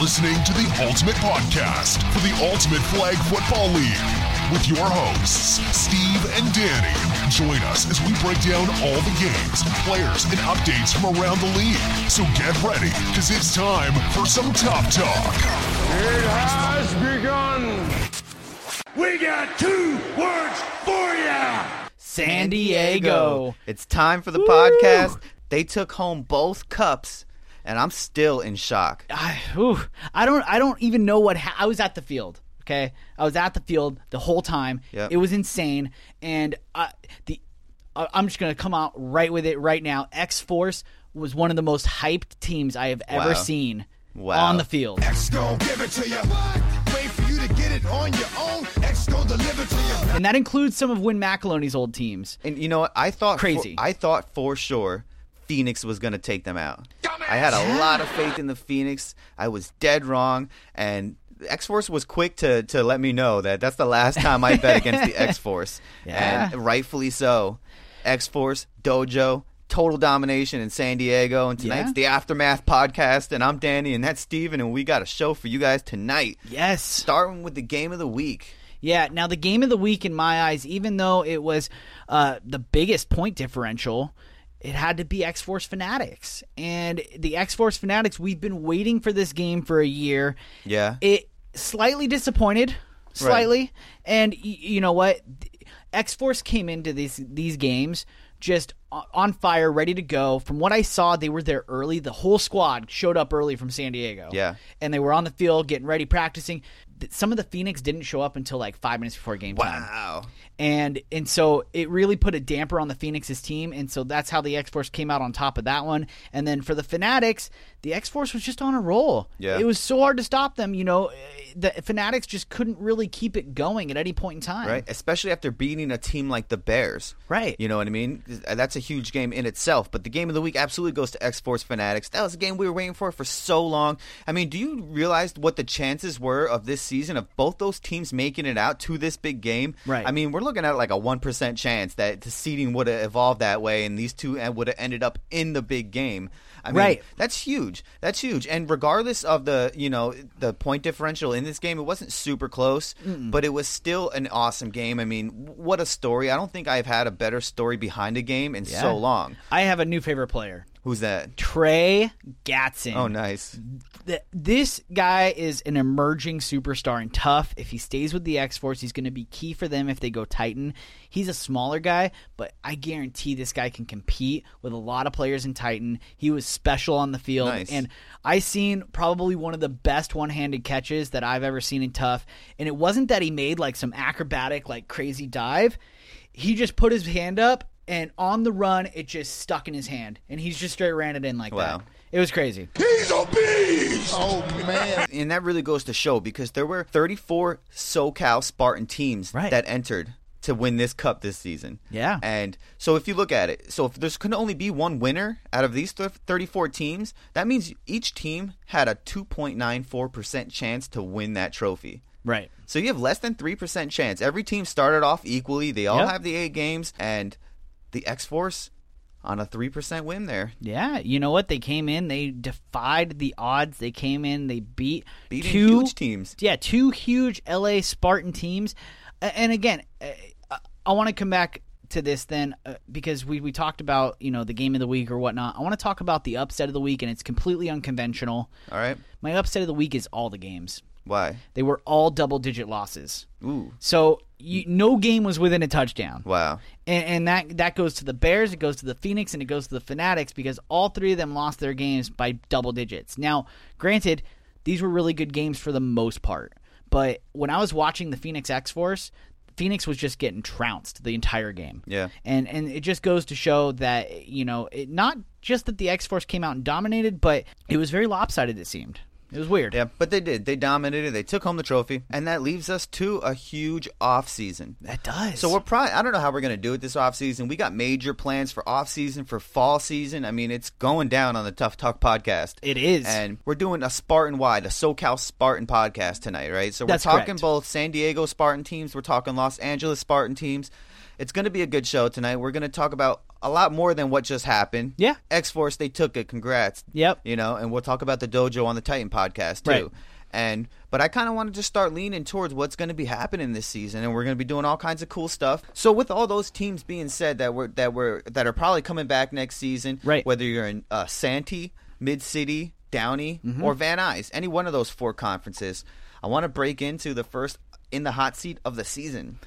listening to the Ultimate Podcast for the Ultimate Flag Football League with your hosts, Steve and Danny. Join us as we break down all the games, players, and updates from around the league. So get ready, because it's time for some tough talk. It has begun. We got two words for ya. San Diego. It's time for the podcast. They took home both cups, and I'm still in shock. I, whew. I don't. I don't even know what. Ha- I was at the field. Okay, I was at the field the whole time. Yep. It was insane, and I, the I- I'm just gonna come out right with it right now. X Force was one of the most hyped teams I have ever Wow. seen Wow. on the field. X gon' give it to you. Wait for you to get it on your own. X gon' deliver to you. And that includes some of Win McEloney's old teams. And you know what? I thought for- Crazy. I thought for sure Phoenix was going to take them out. I had a lot of faith in the Phoenix. I was dead wrong, and X Force was quick to to let me know that that's the last time I bet against the X Force, and rightfully so. X Force Dojo. Total domination in San Diego, and tonight's Yeah. the Aftermath podcast. And I'm Danny, and that's Steven, and we got a show for you guys tonight. Yes. starting with the game of the week. Yeah. Now the game of the week, in my eyes, even though it was uh, the biggest point differential, it had to be X Force Fanatics, and the X Force Fanatics. We've been waiting for this game for a year. Yeah. It slightly disappointed, slightly, and y- you know what? X Force came into these these games just o- on fire, ready to go. From what I saw, they were there early. The whole squad showed up early from San Diego Yeah. and they were on the field getting ready, practicing. Th- Some of the Phoenix didn't show up until like five minutes before game time, Wow. and and so it really put a damper on the Phoenix's team, and so that's how the X Force came out on top of that one. And then for the Fanatics, the X Force was just on a roll. Yeah. it was so hard to stop them. You know, eh, the Fanatics just couldn't really keep it going at any point in time. Right, especially after beating a team like the Bears. Right. You know what I mean? That's a huge game in itself. But the game of the week absolutely goes to X Force Fanatics. That was a game we were waiting for for so long. I mean, do you realize what the chances were of this season of both those teams making it out to this big game? Right. I mean, we're looking at like a one percent chance that the seeding would have evolved that way, and these two uh, would have ended up in the big game. I mean, Right. that's huge. That's huge. And regardless of the you know the point differential in this game, it wasn't super close, but it was still an awesome game. I mean, what a story! I don't think I've had a better story behind a game in so long. I have a new favorite player, Who's that? Trey Gatson. Oh, nice. th- this guy is an emerging superstar and tough. If he stays with the X Force, he's going to be key for them if they go Titan. He's a smaller guy, but I guarantee this guy can compete with a lot of players in Titan. He was special on the field, Nice. and I seen probably one of the best one-handed catches that I've ever seen in tough. And it wasn't that he made like some acrobatic, like crazy dive. He just put his hand up. And on the run, it just stuck in his hand, and he's just straight ran it in like Wow. that. It was crazy. He's a beast. Oh man! and that really goes to show because there were 34 SoCal Spartan teams Right. that entered to win this cup this season. Yeah. And so if you look at it, so if there's can only be one winner out of these th- 34 teams, that means each team had a 2.94% chance to win that trophy. Right. So you have less than 3% chance. Every team started off equally. They all Yep. have the 8 games and the X-Force on a 3% win there. Yeah, you know what? They came in, they defied the odds. They came in, they beat Beating two huge teams. Yeah, two huge LA Spartan teams. A- And again, uh, I want to come back to this then uh, because we we talked about you know the game of the week or whatnot. I want to talk about the upset of the week, and it's completely unconventional. All right? My upset of the week is all the games. Why? They were all double digit losses. Ooh. So you, no game was within a touchdown Wow. and, and that that goes to the Bears, it goes to the Phoenix, and it goes to the Fanatics because all three of them lost their games by double digits. Now, granted, these were really good games for the most part, but when I was watching the Phoenix X Force, Phoenix was just getting trounced the entire game. Yeah. and and it just goes to show that you know it, not just that the X Force came out and dominated, but it was very lopsided. It seemed it was weird. Yeah, but they did. They dominated. They took home the trophy, and that leaves us to a huge off season. That does. So we're probably I don't know how we're going to do it this off season. We got major plans for off season for fall season. I mean, it's going down on the Tough Talk podcast. It is. And we're doing a Spartan wide, a SoCal Spartan podcast tonight, right? So we're That's talking correct. both San Diego Spartan teams, we're talking Los Angeles Spartan teams. It's going to be a good show tonight. We're going to talk about a lot more than what just happened. Yeah. X Force, they took it. Congrats. Yep. You know, and we'll talk about the dojo on the Titan podcast too. Right. And but I kind of want to just start leaning towards what's going to be happening this season, and we're going to be doing all kinds of cool stuff. So with all those teams being said that we're that we're that are probably coming back next season, Right. Whether you're in uh, Santee, Mid City, Downey, Mm-hmm. or Van Nuys, any one of those four conferences, I want to break into the first in the hot seat of the season.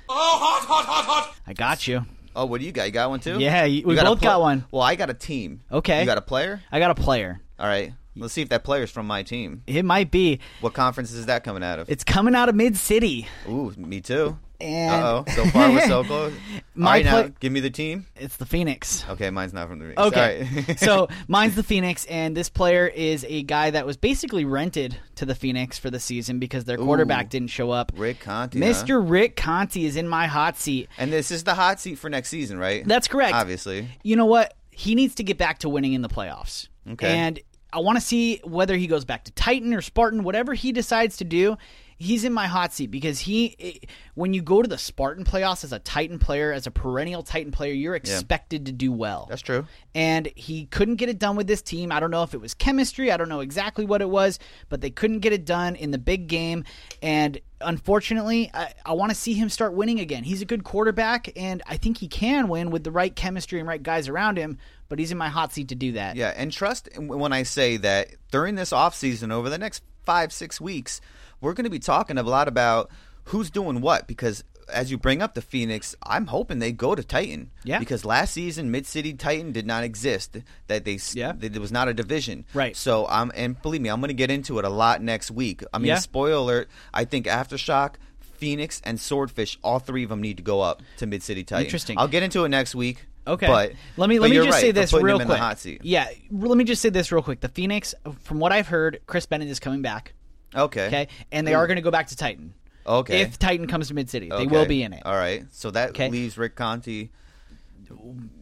I got you. Oh, what do you got? You got one too? Yeah, you- we You a both got one. Well, I got a team. Okay. You got a player? I got a player. All right. Let's see if that player's from my team. It might be. What conference is that coming out of? It's coming out of Mid City. Ooh, me too. And- Uh oh. So far, we're so close. My All right, now, play- give me the team. It's the Phoenix. Okay, mine's not from the Knicks. Okay. Sorry. so mine's the Phoenix, and this player is a guy that was basically rented to the Phoenix for the season because their quarterback didn't show up. Rick Conti. huh? Mr. Rick Conti is in my hot seat. And this is the hot seat for next season, right? That's correct. Obviously. You know what? He needs to get back to winning in the playoffs. Okay. And I want to see whether he goes back to Titan or Spartan, whatever he decides to do. He's in my hot seat because he, it- when you go to the Spartan playoffs as a Titan player, as a perennial Titan player, you're expected to do well. That's true. and he couldn't get it done with this team. I don't know if it was chemistry, I don't know exactly what it was, but they couldn't get it done in the big game. And unfortunately, I, I want to see him start winning again. He's a good quarterback, and I think he can win with the right chemistry and right guys around him, but he's in my hot seat to do that. Yeah, and trust when I say that during this offseason, over the next five, six weeks, we're going to be talking a lot about who's doing what because as you bring up the Phoenix, I'm hoping they go to Titan. Yeah. Because last season, Mid City Titan did not exist. That they, s- Yeah. that there was not a division. Right. So I'm, and believe me, I'm going to get into it a lot next week. I mean, Yeah. spoiler alert, I think Aftershock. Phoenix and Swordfish, all three of them need to go up to Mid City Titan. Interesting. I'll get into it next week. Okay. But let me but let me you're just right say for this putting real them in quick. the hot seat. Yeah, let me just say this real quick. The Phoenix, from what I've heard, Chris Bennett is coming back. Okay. Hmm. Okay, and they are going to go back to Titan. Okay. If Titan comes to Mid City, Okay. they will be in it. All right. So that Okay. leaves Rick Conti.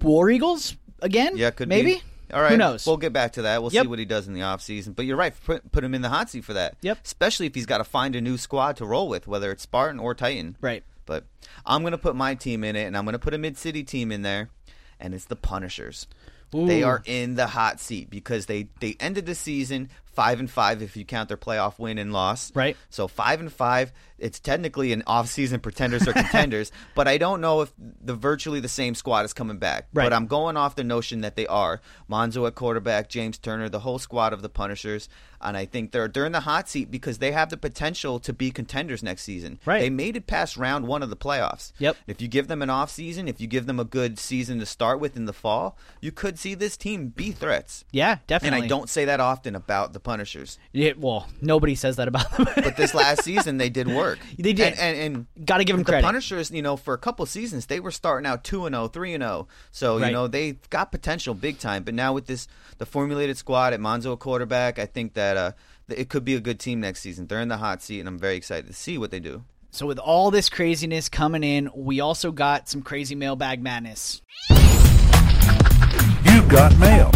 War Eagles again? Yeah, could maybe. Be. All right. Who knows? We'll get back to that. We'll Yep. see what he does in the offseason. But you're right. Put, put him in the hot seat for that. Yep. Especially if he's got to find a new squad to roll with, whether it's Spartan or Titan. Right. But I'm going to put my team in it, and I'm going to put a mid city team in there, and it's the Punishers. They Ooh. are in the hot seat because they they ended the season five and five if you count their playoff win and loss. Right. So five and five, it's technically an off-season pretenders or contenders, but I don't know if the virtually the same squad is coming back. Right. But I'm going off the notion that they are Monzo at quarterback, James Turner, the whole squad of the Punishers, and I think they're they're in the hot seat because they have the potential to be contenders next season. Right. They made it past round one of the playoffs. Yep. If you give them an off season, if you give them a good season to start with in the fall, you could see this team be threats. Yeah, And definitely. I don't say that often about the Punishers. Yeah, well, nobody says that about them. But this last season, they did work. They did. And, and, and Got to give them the credit. Punishers, you know, for a couple seasons, they were starting out 2 and 0, 3 and 0. So, Right. you know, they got potential big time. But now with this, the formulated squad at Monzo at quarterback, I think that uh, th- it could be a good team next season. They're in the hot seat, and I'm very excited to see what they do. so with all this craziness coming in, we also got some crazy mailbag madness. You've got mail.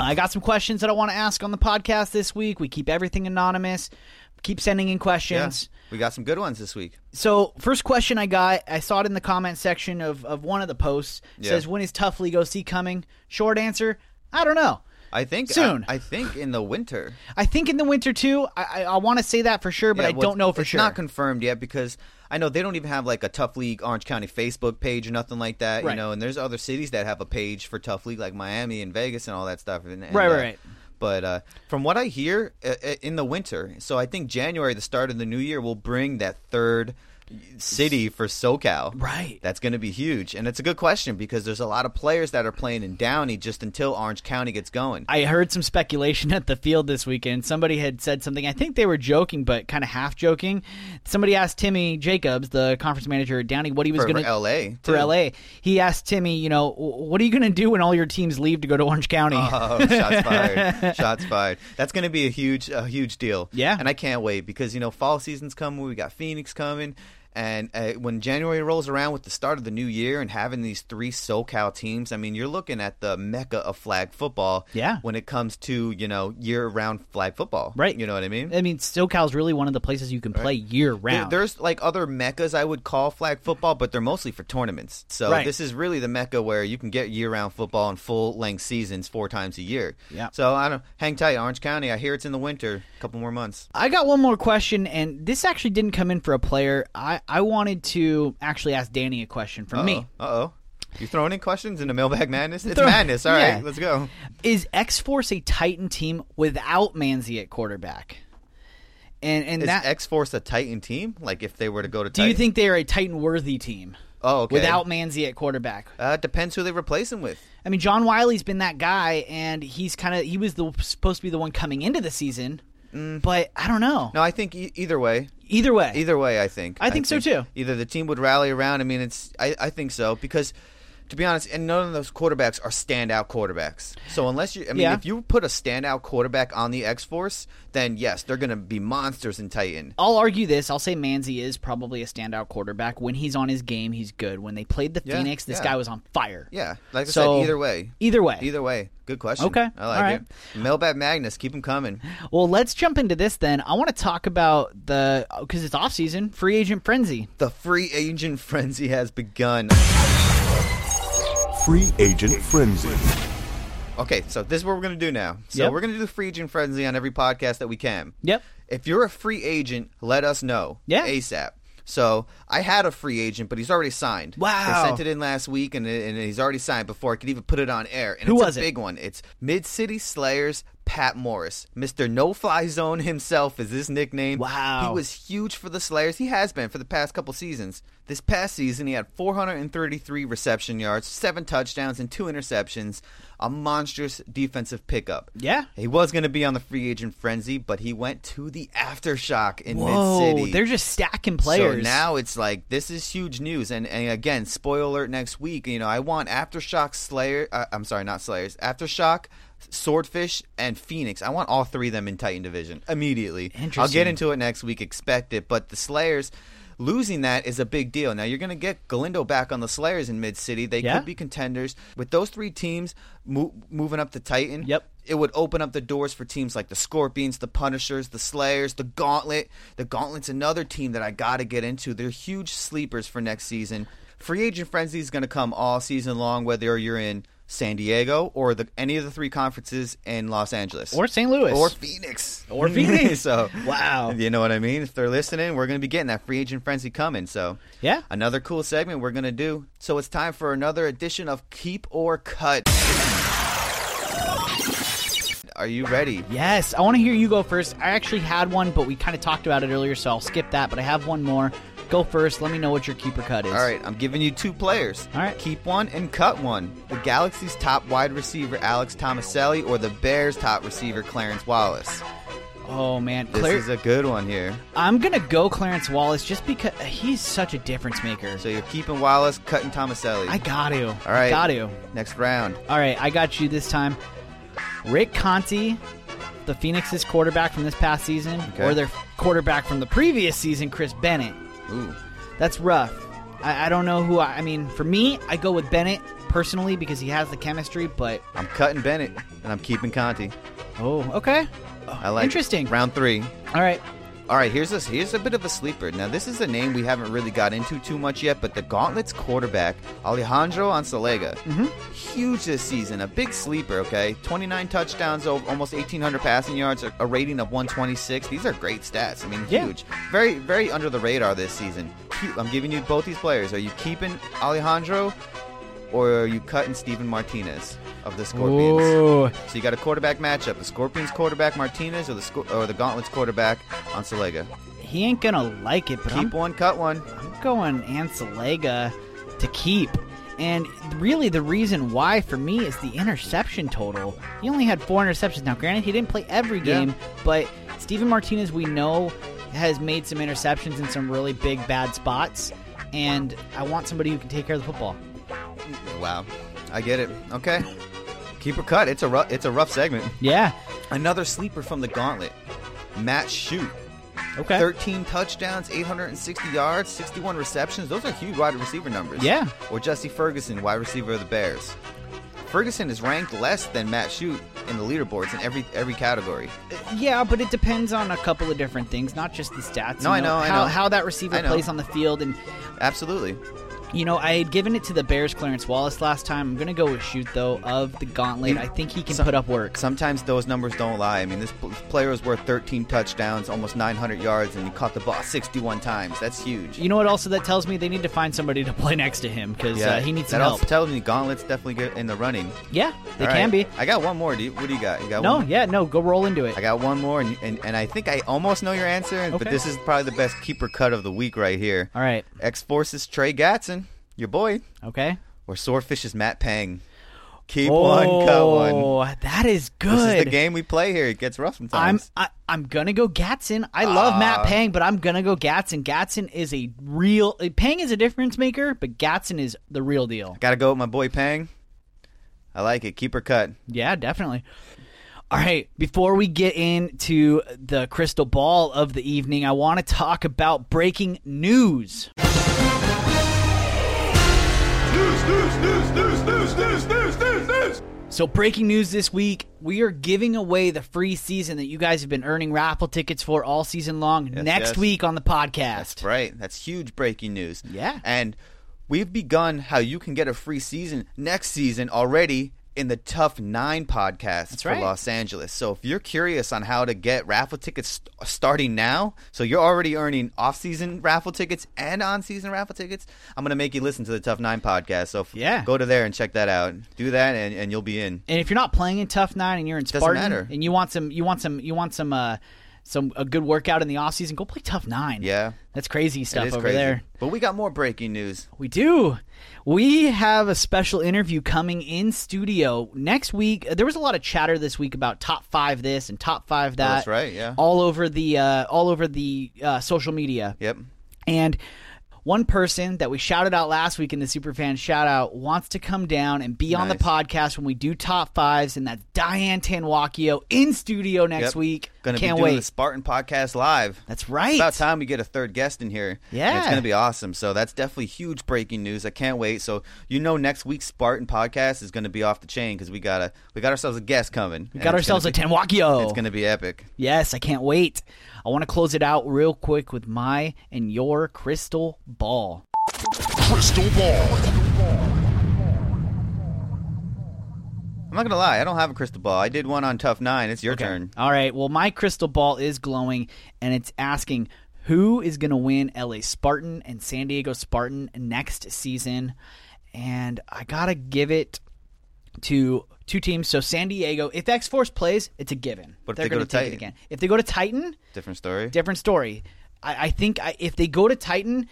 I got some questions that I want to ask on the podcast this week. We keep everything anonymous. Keep sending in Yeah. questions. We got some good ones this week. So first question I got, I saw it in the comment section of, of one of the posts. It Yeah. Says when is Tough League OC coming? Short answer, I don't know. I think Soon. I, I think in the winter. I think in the winter too. I I, I want to say that for sure, but Yeah, I well, don't know for it's sure. Not confirmed yet because I know they don't even have like a Tough League Orange County Facebook page or nothing like that. Right. You know, and there's other cities that have a page for Tough League, like Miami and Vegas and all that stuff. And, and, Right, uh, right, right. But uh, from what I hear, uh, uh, in the winter, so I think January, the start of the new year, will bring that third city for SoCal. Right. That's going to be huge, and it's a good question because there's a lot of players that are playing in Downey just until Orange County gets going. I heard some speculation at the field this weekend. Somebody had said something. I think they were joking, but kind of half joking. Somebody asked Timmy Jacobs, the conference manager at Downey, what he was for, going for LA. For too. LA, he asked Timmy, you know, what are you going to do when all your teams leave to go to Orange County? Oh, shots fired! shots fired! That's going to be a huge, a huge deal. Yeah. and I can't wait because you know fall season's coming. We got Phoenix coming, And uh, when January rolls around with the start of the new year and having these three SoCal teams, I mean, you're looking at the mecca of flag football. Yeah. When it comes to you know year-round flag football, Right. You know what I mean? I mean, SoCal's really one of the places you can play year There- round. There's like other meccas I would call flag football, but they're mostly for tournaments. So Right. this is really the mecca where you can get year-round football and full-length seasons four times a year. Yeah. So I don't hang tight, Orange County. I hear it's in the winter, a couple more months. I got one more question, and this actually didn't come in for a player. I, I wanted to actually ask Danny a question from me. Uh oh. You throwing in questions in the mailbag madness? It's Throw- madness. All right, Yeah. let's go. Is X Force a Titan team without Manzi at quarterback? And and Is that X Force a Titan team? Like if they were to go to do Titan? you think they are a Titan worthy team? Oh, okay. Without Manzi at quarterback, uh, it depends who they replace him with. I mean John Wiley's been that guy, and he's kind of he was the supposed to be the one coming into the season, but I don't know. Mm. No, I think e- either way. Either way, Either way, I think. I think so, too. Either the team would rally around. I mean, it's. I, I think so because, to be honest, and none of those quarterbacks are standout quarterbacks. So unless you, I mean, Yeah. if you put a standout quarterback on the X Force, then yes, they're going to be monsters in Titan. I'll argue this. I'll say Manzi is probably a standout quarterback. When he's on his game, he's good. When they played the Yeah, Phoenix, this yeah. guy was on fire. Yeah, like I So, said, either way. Either way. Either way, good question. Okay, I all like right. it. Mailbag Magnus, keep him coming. Well, let's jump into this then. I want to talk about the because it's off season free agent frenzy. The free agent frenzy has begun. Free agent frenzy. Okay, so this is what we're going to do now. So Yep. we're going to do the free agent frenzy on every podcast that we can. Yep. If you're a free agent, let us know. Yeah. ASAP. So I had a free agent, but he's already signed. Wow. They sent it in last week, and, and he's already signed before I could even put it on air. And Who it's was it? a big one. It's Mid City Slayers Pat Morris, Mister No Fly Zone himself is his nickname. Wow. He was huge for the Slayers. He has been for the past couple seasons. This past season, he had 433 reception yards, seven touchdowns, and two interceptions. A monstrous defensive pickup. Yeah. He was going to be on the free agent frenzy, but he went to the aftershock in Whoa, Mid City. they're just stacking players. So now it's like this is huge news, and, and again, spoiler alert next week. You know, I want Aftershock, Slayer. Uh, I'm sorry, not Slayers. Aftershock, Swordfish, and Phoenix. I want all three of them in Titan Division immediately. I'll Interesting. get into it next week. Expect it, but the Slayers. Losing that is a big deal. Now you're going to get Galindo back on the Slayers in Mid City. They Yeah. could be contenders with those three teams mo- moving up to Titan. Yep. It would open up the doors for teams like the Scorpions, the Punishers, the Slayers, the Gauntlet. The Gauntlet's another team that I got to get into. They're huge sleepers for next season. Free agent frenzy is going to come all season long, whether you're in San Diego or the, any of the three conferences in Los Angeles or St. Louis or Phoenix Or Phoenix. so Wow. you know what I mean? If they're listening, we're going to be getting that free agent frenzy coming. So Yeah. another cool segment we're going to do. So it's time for another edition of Keep or Cut. Are you ready? Yes, I want to hear you go first. I actually had one, but we kind of talked about it earlier, so I'll skip that. But I have one more. Go first. Let me know what your keeper cut is. All right, I'm giving you two players. All right. Keep one and cut one. The Galaxy's top wide receiver, Alex Tomaselli, or the Bears' top receiver, Clarence Wallace. Oh man, This Clar- is a good one here. I'm gonna go Clarence Wallace just because he's such a difference maker. So you're keeping Wallace, cutting Tomaselli. I got to. All right. got to. Next round. All right, I got you this time. Rick Conti, the Phoenix's quarterback from this past season, Okay. or their quarterback from the previous season, Chris Bennett. Ooh. That's rough. I, I don't know who I, I mean, for me, I go with Bennett personally because he has the chemistry, but I'm cutting Bennett, and I'm keeping Conti. oh, okay. I like it. Interesting. Round three. All right. All right, here's this. Here's a bit of a sleeper. Now, this is a name we haven't really got into too much yet, but the Gauntlet's quarterback, Alejandro Ansalega, huge this season, a big sleeper. Okay, 29 touchdowns, o- almost 1,800 passing yards, a- a rating of 126. These are great stats. I mean, Yeah. huge. Very, very under the radar this season. Keep- I'm giving you both these players. Are you keeping Alejandro, or are you cutting Steven Martinez of the Scorpions? Ooh. So you got a quarterback matchup: the Scorpions quarterback Martinez or the Scor- or the Gauntlets quarterback Ansalega. He ain't gonna like it, but I'm Keep one, cut one. I'm going Ansalega to keep. And really, the reason why for me is the interception total. He only had four interceptions. Now, granted, he didn't play every Yeah. game, but Steven Martinez, we know, has made some interceptions in some really big, bad spots. And I want somebody who can take care of the football. Wow, I get it. Okay, keep or cut. It's a rough, it's a rough segment. Yeah. Another sleeper from the Gauntlet, Matt Shoot. Okay. 13 touchdowns, 860 yards, 61 receptions. Those are huge wide receiver numbers. Yeah. Or Jesse Ferguson, wide receiver of the Bears. Ferguson is ranked less than Matt Shute in the leaderboards in every every category. Yeah, but it depends on a couple of different things, not just the stats. No, you I know, I how, know. how that receiver I know. plays on the field, and Absolutely. you know I had given it to the Bears Clarence Wallace last time. I'm gonna go with shoot though of the gauntlet. I think he can Some- put up work. Sometimes those numbers don't lie. I mean, this pl- player was worth 13 touchdowns, almost 900 yards, and he caught the ball 61 times. That's huge. You know what? Also, that tells me they need to find somebody to play next to him because uh, he needs that some also help. tells me Gauntlet's definitely good in the running. yeah, they All can right. be. I got one more. Do you, what do you got? You got No, one? yeah, no, go roll into it. I got one more, and, and, and I think I almost know your answer, and- Okay. but this is probably the best keeper cut of the week right here. All right, X Force's Trey Gatson, your boy, okay. or Swordfish's Matt Pang. Keep Oh, one, cut one. that is good. This is the game we play here. It gets rough I'm sometimes. I, I'm gonna go Gatson. I love Matt Pang, but I'm gonna go Gatson. Gatson is a real Pang is a difference maker, but Gatson is the real deal. Gotta go with my boy Pang. I like it. Keeper cut. Yeah, definitely. All right, before we get into the crystal ball of the evening, I want to talk about breaking news. News, news, news, news, news, news, news, news, news. So, breaking news this week, we are giving away the free season that you guys have been earning raffle tickets for all season long next yes. week on the podcast. That's right. That's huge breaking news. Yeah. And we've begun how you can get a free season next season already in the Tough Nine podcast for right. Los Angeles. So if you're curious on how to get raffle tickets st- starting now, so you're already earning off-season raffle tickets and on-season raffle tickets, I'm going to make you listen to the Tough Nine podcast. So f- Yeah. go to there and check that out. Do that and, and you'll be in. And if you're not playing in Tough Nine and you're in Doesn't Spartan matter. and you want some, you want some, you want some, uh, some a good workout in the off season, go play Tough Nine. Yeah. that's crazy It stuff is over crazy. there. But we got more breaking news. We do. We have a special interview coming in studio next week. Uh, There was a lot of chatter this week about top five this and top five that. Oh, that's right, yeah. All over the uh, all over the uh, social media. Yep. And one person that we shouted out last week in the Superfan shout out wants to come down and be on the Nice. podcast when we do top fives, and that's Diane Tanwakio in studio next Yep. week. Gonna Can't be doing wait. the Spartan podcast live. that's right. It's about time we get a third guest in here. And Yeah. it's going to be awesome. So that's definitely huge breaking news. I can't wait. So you know, next week's Spartan podcast is going to be off the chain because we got a we got ourselves a guest coming. We Got ourselves a Tanwakio. It's going to be epic. Yes, I can't wait. I want to close it out real quick with my and your crystal ball. Crystal Ball. I'm not going to lie. I don't have a crystal ball. I did one on Tough Nine. It's your turn. All right, well, my crystal ball is glowing and it's asking who is going to win LA Spartan and San Diego Spartan next season. And I got to give it to two teams. So, San Diego, if X Force plays, it's a given. But if They're they go gonna to take it Titan? again. If they go to Titan, Different story. different story. I, I think I, if they go to Titan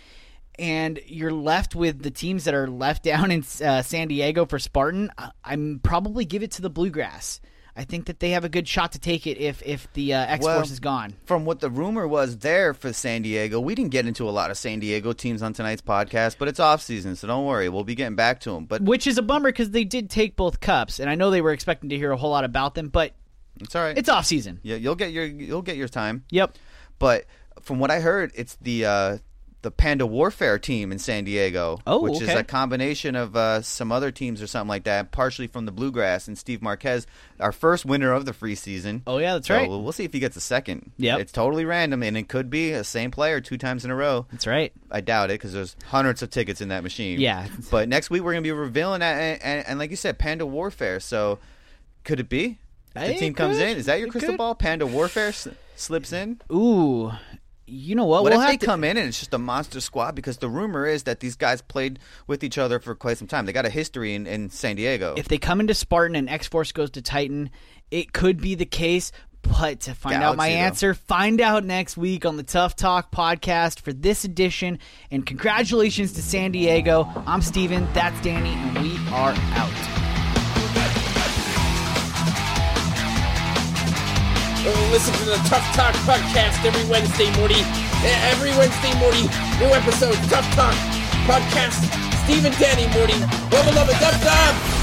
and you're left with the teams that are left down in uh, San Diego for Spartan, I, I'm probably give it to the Bluegrass. I think that they have a good shot to take it if if the uh, X Well, Force is gone. From what the rumor was there for San Diego, we didn't get into a lot of San Diego teams on tonight's podcast, but it's off season, so don't worry. We'll be getting back to them. But Which is a bummer because they did take both cups, and I know they were expecting to hear a whole lot about them, but it's all right. it's off season. yeah, you'll get your you'll get your time. Yep. But from what I heard, it's the uh, the Panda Warfare team in San Diego, Oh, which is okay. a combination of uh, some other teams or something like that, partially from the Bluegrass and Steve Marquez, our first winner of the free season. Oh, yeah, that's So right. We'll, we'll see if he gets a second. Yep. it's totally random, and it could be a same player two times in a row. That's right. I doubt it because there's hundreds of tickets in that machine. Yeah. But next week we're gonna be revealing that, and, and, and like you said, Panda Warfare. So could it be? The It team comes could. in. Is that your It crystal could. ball? Panda Warfare s- slips in. Ooh, you know what? What we'll if have they to- come in and it's just a monster squad? Because the rumor is that these guys played with each other for quite some time. They got a history in, in San Diego. if they come into Spartan and X Force goes to Titan, it could be the case. But to find out my Galaxy, though. answer, find out next week on the Tough Talk podcast for this edition. And congratulations to San Diego. I'm Steven, that's Danny, and we are out. Listen to the Tough Talk podcast every Wednesday, Morty. E- Every Wednesday, Morty. New episode, Tough Talk podcast. Steve and Danny, Morty. Love, love, love, love.